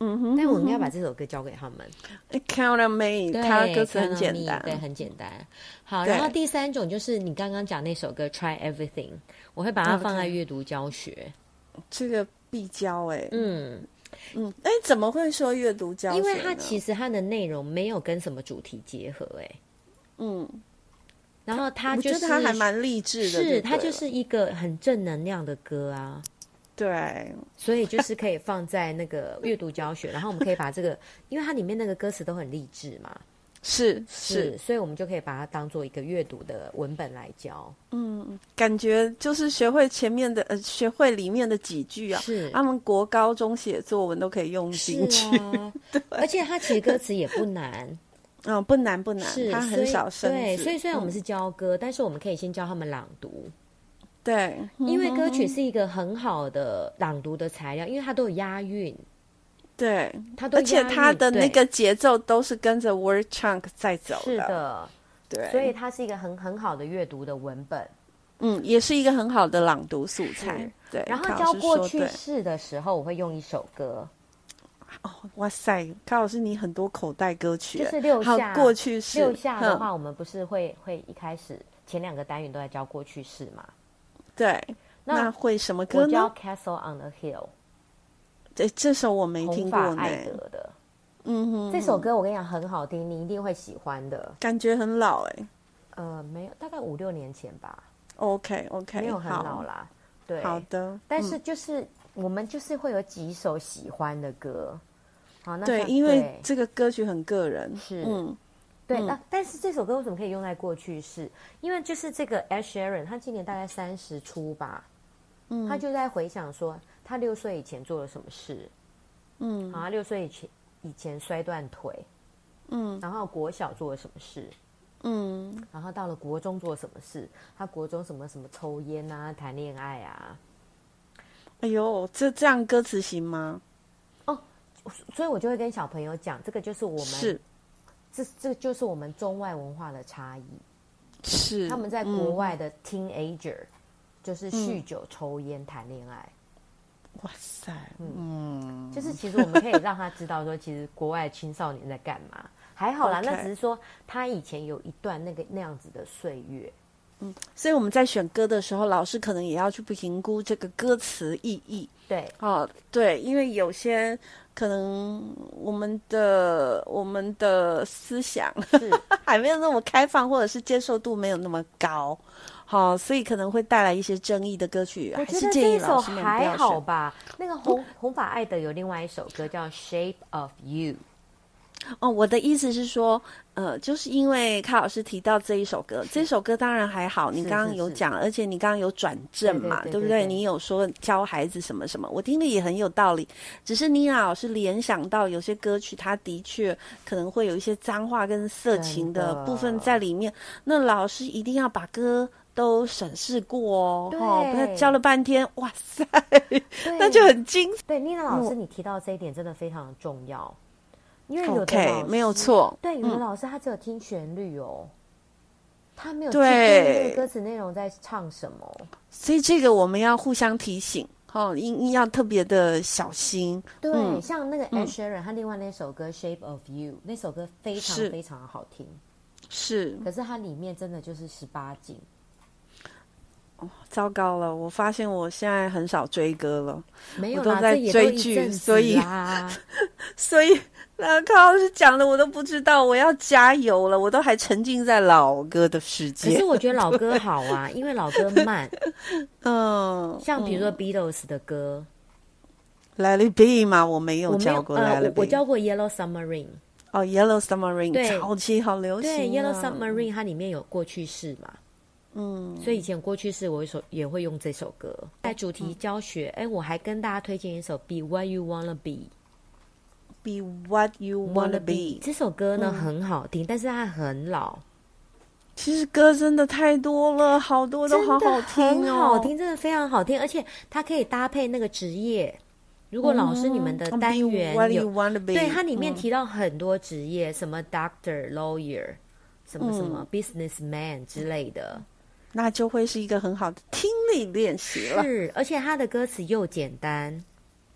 S1: 嗯哼，
S2: 那、我应该把这首歌交给他们。
S1: Count on me，
S2: 对
S1: 它嗯歌词很
S2: Count on
S1: 简
S2: Me，
S1: 单。
S2: 对，很简单。好，
S1: 对
S2: 然后第三种就是你刚刚讲那首歌《Try Everything》，我会把它放在
S1: OK
S2: 阅读教
S1: 哦
S2: 学。
S1: 这个必教哎、
S2: 嗯，
S1: 嗯，哎，怎么会说阅读教学
S2: 因
S1: 呢？
S2: 为它其实它的内容没有跟什么主题结合、哎，
S1: 嗯，
S2: 然后它
S1: 我
S2: 就
S1: 觉
S2: 是
S1: 得它还蛮励志的，
S2: 是它
S1: 对
S2: 就
S1: 了
S2: 是一个很正能量的歌啊。
S1: 对，
S2: 所以就是可以放在那个阅读教学，然后我们可以把这个，因为它里面那个歌词都很励志嘛，
S1: 是是，
S2: 所以我们就可以把它当做一个阅读的文本来教。
S1: 嗯感觉就是学会前面的，呃，学会里面的几句啊，
S2: 是
S1: 他们国高中写作文都可以用进去，
S2: 是啊，而且它其实歌词也不难，
S1: *laughs* 嗯，不难 *laughs* 不难
S2: 是，
S1: 它
S2: 所
S1: 很
S2: 以
S1: 少生
S2: 对，
S1: 字嗯
S2: 所以虽然我们是教歌，但是我们可以先教他们朗读，
S1: 对，
S2: 因为
S1: 嗯
S2: 歌曲是一个很好的朗读的材料，因为它都有押韵，
S1: 对，
S2: 它都
S1: 而且
S2: 押韵
S1: 它的那。
S2: 对
S1: 个节奏都是跟着 word chunk 在走
S2: 是的，
S1: 对，
S2: 所以它是一个很很好的阅读的文本。
S1: 嗯，也是一个很好的朗读素材
S2: 是。
S1: 对，
S2: 然后
S1: 康
S2: 教
S1: 老师
S2: 过
S1: 说
S2: 去
S1: 对
S2: 式的时候，我会用一首歌，
S1: 哦哇塞，康老师你很多口袋歌曲
S2: 就
S1: 耶，
S2: 是六
S1: 好
S2: 下
S1: 过去式
S2: 六下的，
S1: 嗯
S2: 话，我们不是会会一开始前两个单元都在教过去式嘛？
S1: 对。
S2: 那
S1: 那会什么歌
S2: 我教
S1: 呢？
S2: 《Castle on the Hill
S1: 这这首我》，没
S2: 红
S1: 听
S2: 发
S1: 过呢。
S2: 艾德的
S1: 嗯哼，
S2: 这首歌，我跟你讲很好听，你一定会喜欢的。
S1: 感觉很老哎。
S2: 呃，没有，大概五六年前吧，
S1: OK OK，
S2: 没有很老啦。对，
S1: 好嗯的，
S2: 但是就是我们就是会有几首喜欢的歌。好，那
S1: 对，
S2: 像
S1: 因为
S2: 对
S1: 这个歌曲很个人。
S2: 是
S1: 嗯，
S2: 对，那、但是这首歌为什么可以用在过去式？因为就是这个 Ed Sheeran，他今年大概三十出吧，嗯，他就在回想说他六岁以前做了什么事，嗯，然后六岁以前以前摔断腿，嗯，然后国小做了什么事，嗯，然后到了国中做了什么事？他国中什么什么抽烟啊，谈恋爱啊，
S1: 哎呦，这这样歌词行吗？
S2: 所以我就会跟小朋友讲，这个就是我们
S1: 是
S2: 这这就是我们中外文化的差异。
S1: 是，
S2: 他们在国
S1: 嗯
S2: 外的 teenager、就是酗酒、抽烟、谈恋爱，
S1: 哇塞，嗯，
S2: 就是其实我们可以让他知道说，其实国外青少年在干嘛。还好啦
S1: OK
S2: 那只是说他以前有一段那个那样子的岁月。
S1: 所以我们在选歌的时候，老师可能也要去评估这个歌词意义。
S2: 对，
S1: 哦，对，因为有些可能我们的我们的思想 *laughs*
S2: 是
S1: 还没有那么开放，或者是接受度没有那么高，好、所以可能会带来一些争议的歌曲，
S2: 我
S1: 还
S2: 觉
S1: 是
S2: 得
S1: 建
S2: 这
S1: 议
S2: 一首
S1: 老师们不
S2: 还
S1: 要
S2: 好
S1: 选。
S2: 吧。那个红红发爱的有另外一首歌叫《Shape of You》，
S1: 哦，我的意思是说，呃，就是因为卡老师提到这一首歌，这首歌当然还好，你
S2: 是
S1: 刚
S2: 是
S1: 刚有
S2: 是
S1: 讲，而且你刚刚有转正
S2: 对
S1: 嘛，
S2: 对
S1: 不
S2: 对
S1: 对？
S2: 对
S1: 你有说教孩子什么什么，我听的也很有道理。只是妮娜老师联想到有些歌曲，它的确可能会有一些脏话跟色情的
S2: 真的
S1: 部分在里面，那老师一定要把歌。都审视过哦，哦，不然
S2: 对
S1: 教了半天，哇塞，
S2: 对
S1: *laughs* 那就很精彩。
S2: 对。妮娜老师，你提到这一点真的非常重要，因为有的老
S1: OK，
S2: 师
S1: 没有错，嗯
S2: 对，有的老师他只有听旋律哦，他没有
S1: 对
S2: 去听那个歌词内容在唱什么。
S1: 所以这个我们要互相提醒，哦，应要特别的小心。
S2: 对，
S1: 嗯
S2: 像那个 Ed Sheeran，、他另外那首歌《Shape of You》，那首歌非常
S1: 是
S2: 非常好听，
S1: 是
S2: 可是它里面真的就是十八禁，
S1: 糟糕了，我发现我现在很少追歌了，
S2: 没有
S1: 我
S2: 啦，
S1: 都在
S2: 这也
S1: 追
S2: 一
S1: 剧
S2: 阵子
S1: 所以 *laughs*
S2: 啦
S1: 所以那靠是讲的我都不知道，我要加油了，我都还沉浸在老歌的世
S2: 可
S1: 界
S2: 是。我觉得老歌好啊，因为老歌
S1: *laughs*
S2: 慢，
S1: 嗯，
S2: 像比如说 Beatles 的歌，
S1: Let It Be 嘛，我没有
S2: 我没有
S1: 教过
S2: 呃
S1: Let
S2: 我
S1: It
S2: 我
S1: Be。
S2: 教过 Yellow Submarine，
S1: 哦，Yellow Submarine
S2: 对
S1: 早期好流行啊。
S2: 对 Yellow Submarine 它里面有过去式嘛，
S1: 嗯，
S2: 所以以前过去式我一首也会用这首歌在主
S1: 嗯
S2: 题教学，哎，我还跟大家推荐一首 Be What You Wanna Be。
S1: Be What You Wanna Be。嗯
S2: 这首歌呢、很好听，但是它很老，
S1: 其实歌真的太多了，好多都好好听
S2: 真的很
S1: 哦，
S2: 好听，真的非常好听，而且它可以搭配那个职业。如果老师你们的
S1: 嗯
S2: 单
S1: Be
S2: 元
S1: What
S2: 有
S1: You Wanna Be，
S2: 对，它里面
S1: 嗯
S2: 提到很多职业，什么 doctor、lawyer，什么什
S1: 嗯
S2: 么 businessman 之类的。
S1: 那就会是一个很好的听力练习了。
S2: 是，而且它的歌词又简单，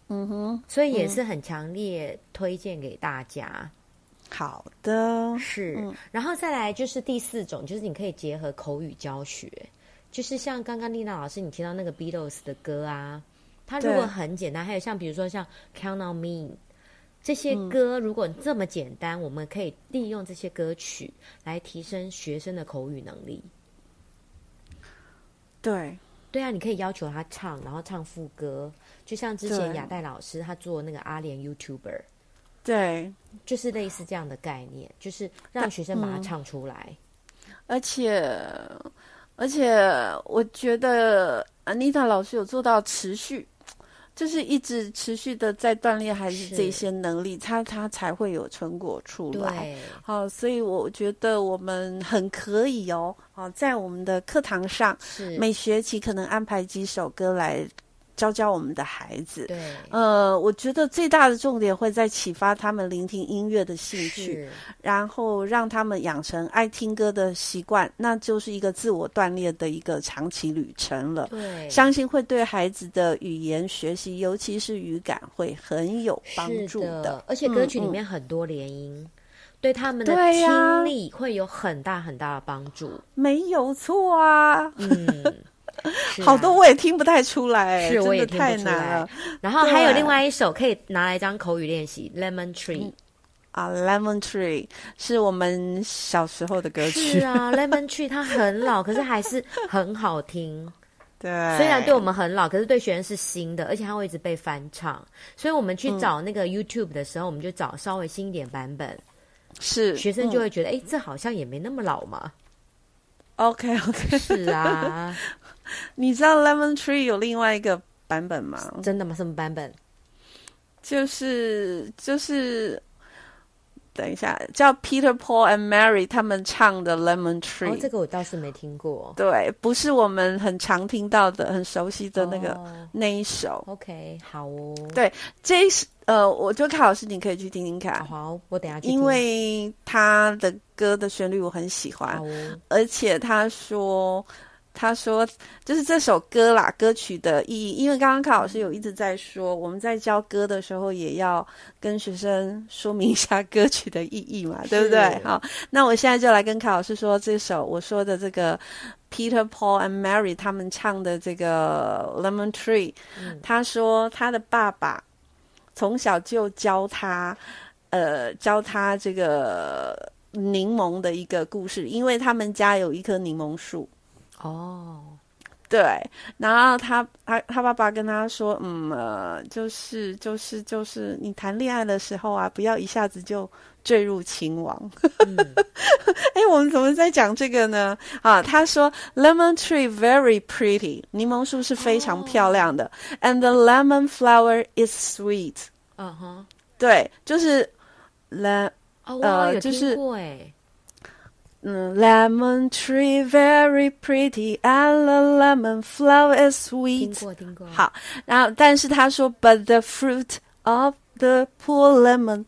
S1: 嗯哼，
S2: 所以也是很强烈推荐给大家。
S1: 好的，
S2: 是，然后再来就是第四种，就是你可以结合口语教学，就是像刚刚丽娜老师你提到那个 Beatles 的歌啊，它如
S1: 对
S2: 果很简单，还有像比如说像 Count on Me 这些
S1: 嗯
S2: 歌，如果这么简单，我们可以利用这些歌曲来提升学生的口语能力。
S1: 对，
S2: 对啊，你可以要求他唱，然后唱副歌，就像之前
S1: 对
S2: 亚代老师他做那个阿联 YouTuber，
S1: 对，
S2: 就是类似这样的概念，就是让学生把
S1: 嗯
S2: 它唱出来。
S1: 而且而且，我觉得 Anita 老师有做到持续，就是一直持续的在锻炼孩子
S2: 是
S1: 这些能力，他他才会有成果出来。
S2: 对。
S1: 好、所以我觉得我们很可以哦，好、在我们的课堂上，
S2: 是
S1: 每学期可能安排几首歌来教教我们的孩子。
S2: 对，
S1: 呃，我觉得最大的重点会在启发他们聆听音乐的兴趣，
S2: 是
S1: 然后让他们养成爱听歌的习惯，那就是一个自我锻炼的一个长期旅程了。
S2: 对，
S1: 相信会对孩子的语言学习，尤其是语感，会很有帮
S2: 是
S1: 助嗯
S2: 的，而且歌曲里面很多联音，对他们的
S1: 对呀
S2: 听力会有很大很大的帮
S1: *laughs*
S2: 助。
S1: 没有错啊。
S2: 嗯，是
S1: 好
S2: 啊
S1: 多。我也听不太出来，
S2: 是
S1: 真
S2: 我
S1: 的
S2: 也听不
S1: 太
S2: 出
S1: 难
S2: 来
S1: 了
S2: 然后还有
S1: 对
S2: 另外一首可以拿来当口语练习，《Lemon Tree
S1: 啊！Lemon Tree 是我们小时候的》。歌曲，
S2: 是啊，《Lemon Tree》它很老，可是还是很好
S1: *laughs*
S2: 听。
S1: 对，
S2: 虽然对我们很老，可是对学生是新的，而且它会一直被翻唱。所以我们
S1: 嗯
S2: 去找那个 YouTube 的时候，我们就找稍微新一点版本，
S1: 是
S2: 学生就
S1: 嗯
S2: 会觉得，哎、这好像也没那么老嘛。
S1: OK OK。
S2: 是啊，
S1: *laughs* 你知道 Lemon Tree 有另外一个版本吗？
S2: 真的吗？什么版本？
S1: 就是就是，等一下，叫 Peter Paul and Mary 他们唱的 Lemon
S2: 哦
S1: Tree，、，
S2: 这个我倒是没听过。
S1: 对，不是我们很常听到的、很熟悉的那个、
S2: 哦
S1: 那一首。
S2: OK，好哦。
S1: 对这一首呃，我觉得卡老师你可以去听听
S2: 哦好
S1: 看，
S2: 好，我等下去听。
S1: 因为啊他的歌的旋律我很喜欢
S2: 好，哦，
S1: 而且他说，他说就是这首歌啦，歌曲的意义，因为刚刚康老师有一直在说，我们在教歌的时候也要跟学生说明一下歌曲的意义嘛，对不对？好，那我现在就来跟康老师说这首我说的这个 Peter Paul and Mary 他们唱的这个 Lemon Tree，、他说他的爸爸从小就教他。呃，教他这个柠檬的一个故事，因为他们家有一棵柠檬树。
S2: 哦，
S1: 对，然后他他他爸爸跟他说，嗯，呃，就是就是就是，你谈恋爱的时候啊，不要一下子就坠入情网。 *laughs* 哎，我们怎么在讲这个呢？啊，他说，lemon tree very pretty，柠檬树是非常漂亮的、a n d the lemon flower is sweet。
S2: 嗯哼，
S1: 对，就是 lem
S2: 哦，
S1: 呃
S2: 我有
S1: 就
S2: 听
S1: 是
S2: 过哎。
S1: 嗯，lemon tree very pretty and the lemon flower is
S2: 听
S1: sweet。
S2: 过，听过。
S1: 好，然后但是他说，but the fruit of the poor lemon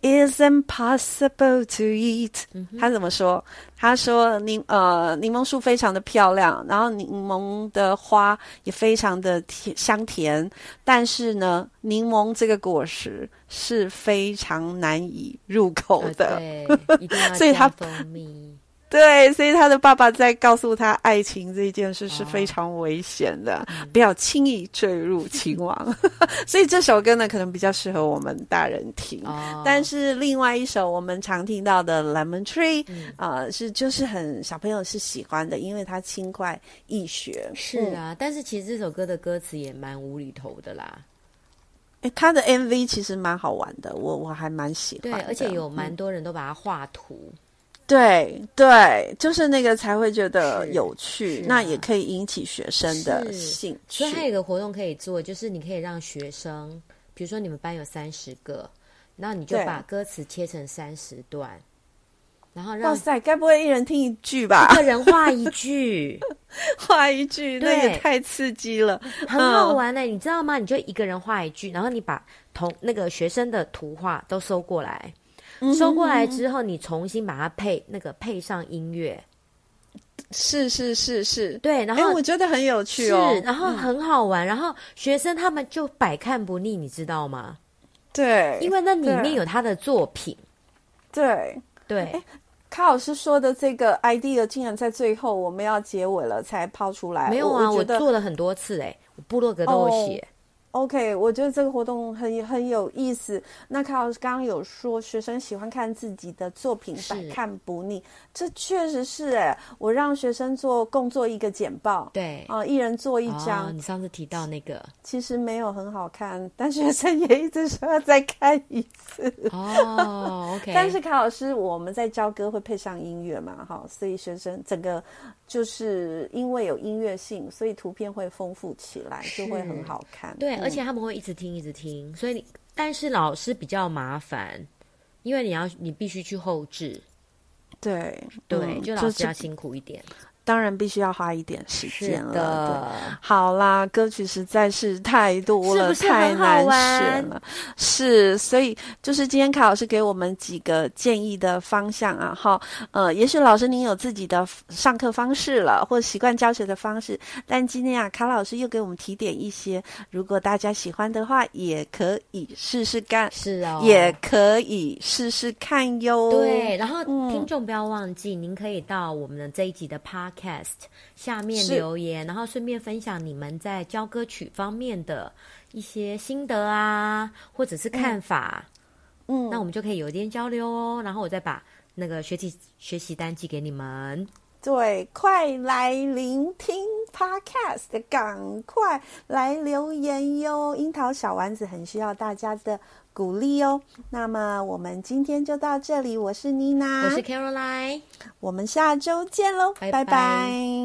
S1: is impossible to eat、他
S2: 嗯
S1: 怎么说？他说柠呃柠檬树非常的漂亮，然后柠檬的花也非常的甜香甜，但是呢，柠檬这个果实是非常难以入口
S2: 呃
S1: 的。
S2: 哦
S1: *laughs*
S2: 对，一定要
S1: 所以
S2: 加
S1: 它
S2: 蜂蜜。
S1: 对，所以他的爸爸在告诉他，爱情这件事是非常危险的，
S2: 哦
S1: 不要轻易坠入情网。 *laughs* 所以这首歌呢，可能比较适合我们大人听。
S2: 哦
S1: *laughs* 但是另外一首我们常听到的《Lemon Tree》啊、
S2: 嗯
S1: 是就是很小朋友是喜欢的，因为它轻快易学。嗯
S2: 是啊，但是其实这首歌的歌词也蛮无厘头的啦。
S1: 哎，他的 MV 其实蛮好玩的，我我还蛮喜欢
S2: 对
S1: 的。，嗯
S2: 而且有蛮多人都把它画图。
S1: 对对，就是那个才会觉得
S2: 是
S1: 有趣，
S2: 是啊
S1: 那也可以引起学生的
S2: 是
S1: 兴趣
S2: 所以。还有一个活动可以做，就是你可以让学生，比如说你们班有三十个，然后你就
S1: 对
S2: 把歌词切成三十段，然后
S1: 哇
S2: 让
S1: 塞，该不会一人听一句吧？ *laughs*
S2: 个人画一句，
S1: 画一 *laughs* 句，那也
S2: 对
S1: 太刺激了。
S2: 很好玩呢、你知道吗？你就一个人画一句，然后你把同那个学生的图画都收过来，
S1: 嗯
S2: 收过来之后，你重新把它配那个配上音乐，
S1: 是是是是，
S2: 对，然
S1: 哎，
S2: 后
S1: 我觉得很有趣
S2: 是
S1: 哦，。
S2: 然后很好玩，然后学生他们就百看不腻，你知道吗？
S1: 对，
S2: 因为那里
S1: 对
S2: 面有他的作品，
S1: 对。
S2: 对。
S1: 卡老师说的这个 idea 竟然在最后我们要结尾了才抛出来，
S2: 没有
S1: 我
S2: 啊，
S1: 我觉
S2: 我
S1: 得哦
S2: 做了很多次哎、我部落格都有写。
S1: OK，我觉得这个活动很很有意思。那卡老师刚刚有说，学生喜欢看自己的作品，
S2: 是
S1: 百看不腻，这确实是哎、我让学生做共做一个简报，
S2: 对
S1: 啊、一人做一
S2: 哦
S1: 张，
S2: 你上次提到
S1: *laughs*
S2: 那个
S1: 其实没有很好看， *laughs* 但学生也一直说要再看一次。
S2: 哦，OK，
S1: *laughs* 但是卡老师，我们在教歌会配上音乐嘛，哈，所以学生整个就是因为有音乐性，所以图片会丰富起来，就会很好看。
S2: 对，
S1: 嗯
S2: 而且他们会一直听一直听，所以你但是老师比较麻烦，因为你要你必须去后置，
S1: 对
S2: 对，
S1: 嗯
S2: 就老师
S1: 是
S2: 要辛苦一点。
S1: 当然必须要花一点时
S2: 是
S1: 间了。
S2: 的，
S1: 对好啦，歌曲实在是太多了，
S2: 是不是
S1: 太
S2: 很好
S1: 难
S2: 玩
S1: 选了。是，所以就是今天卡老师给我们几个建议的方向啊，哈，呃，也许老师您有自己的上课方式了，或习惯教学的方式，但今天啊，卡老师又给我们提点一些，如果大家喜欢的话，也可以试试看，
S2: 是哦，
S1: 也可以试试看哟。
S2: 对，然后
S1: 嗯
S2: 听众不要忘记，您可以到我们的这一集的 Podcast 下面
S1: 是
S2: 留言，然后顺便分享你们在教歌曲方面的一些心得啊，或者是看法，
S1: 嗯，
S2: 那我们就可以有一点交流哦。然后我再把那个学习学习单寄给你们。
S1: 对，快来聆听 Podcast，赶快来留言哟！樱桃小丸子很需要大家的鼓励哦。那么我们今天就到这里，我是妮娜，
S2: 我是 Caroline。
S1: 我们下周见喽，
S2: 拜
S1: 拜
S2: 拜
S1: 拜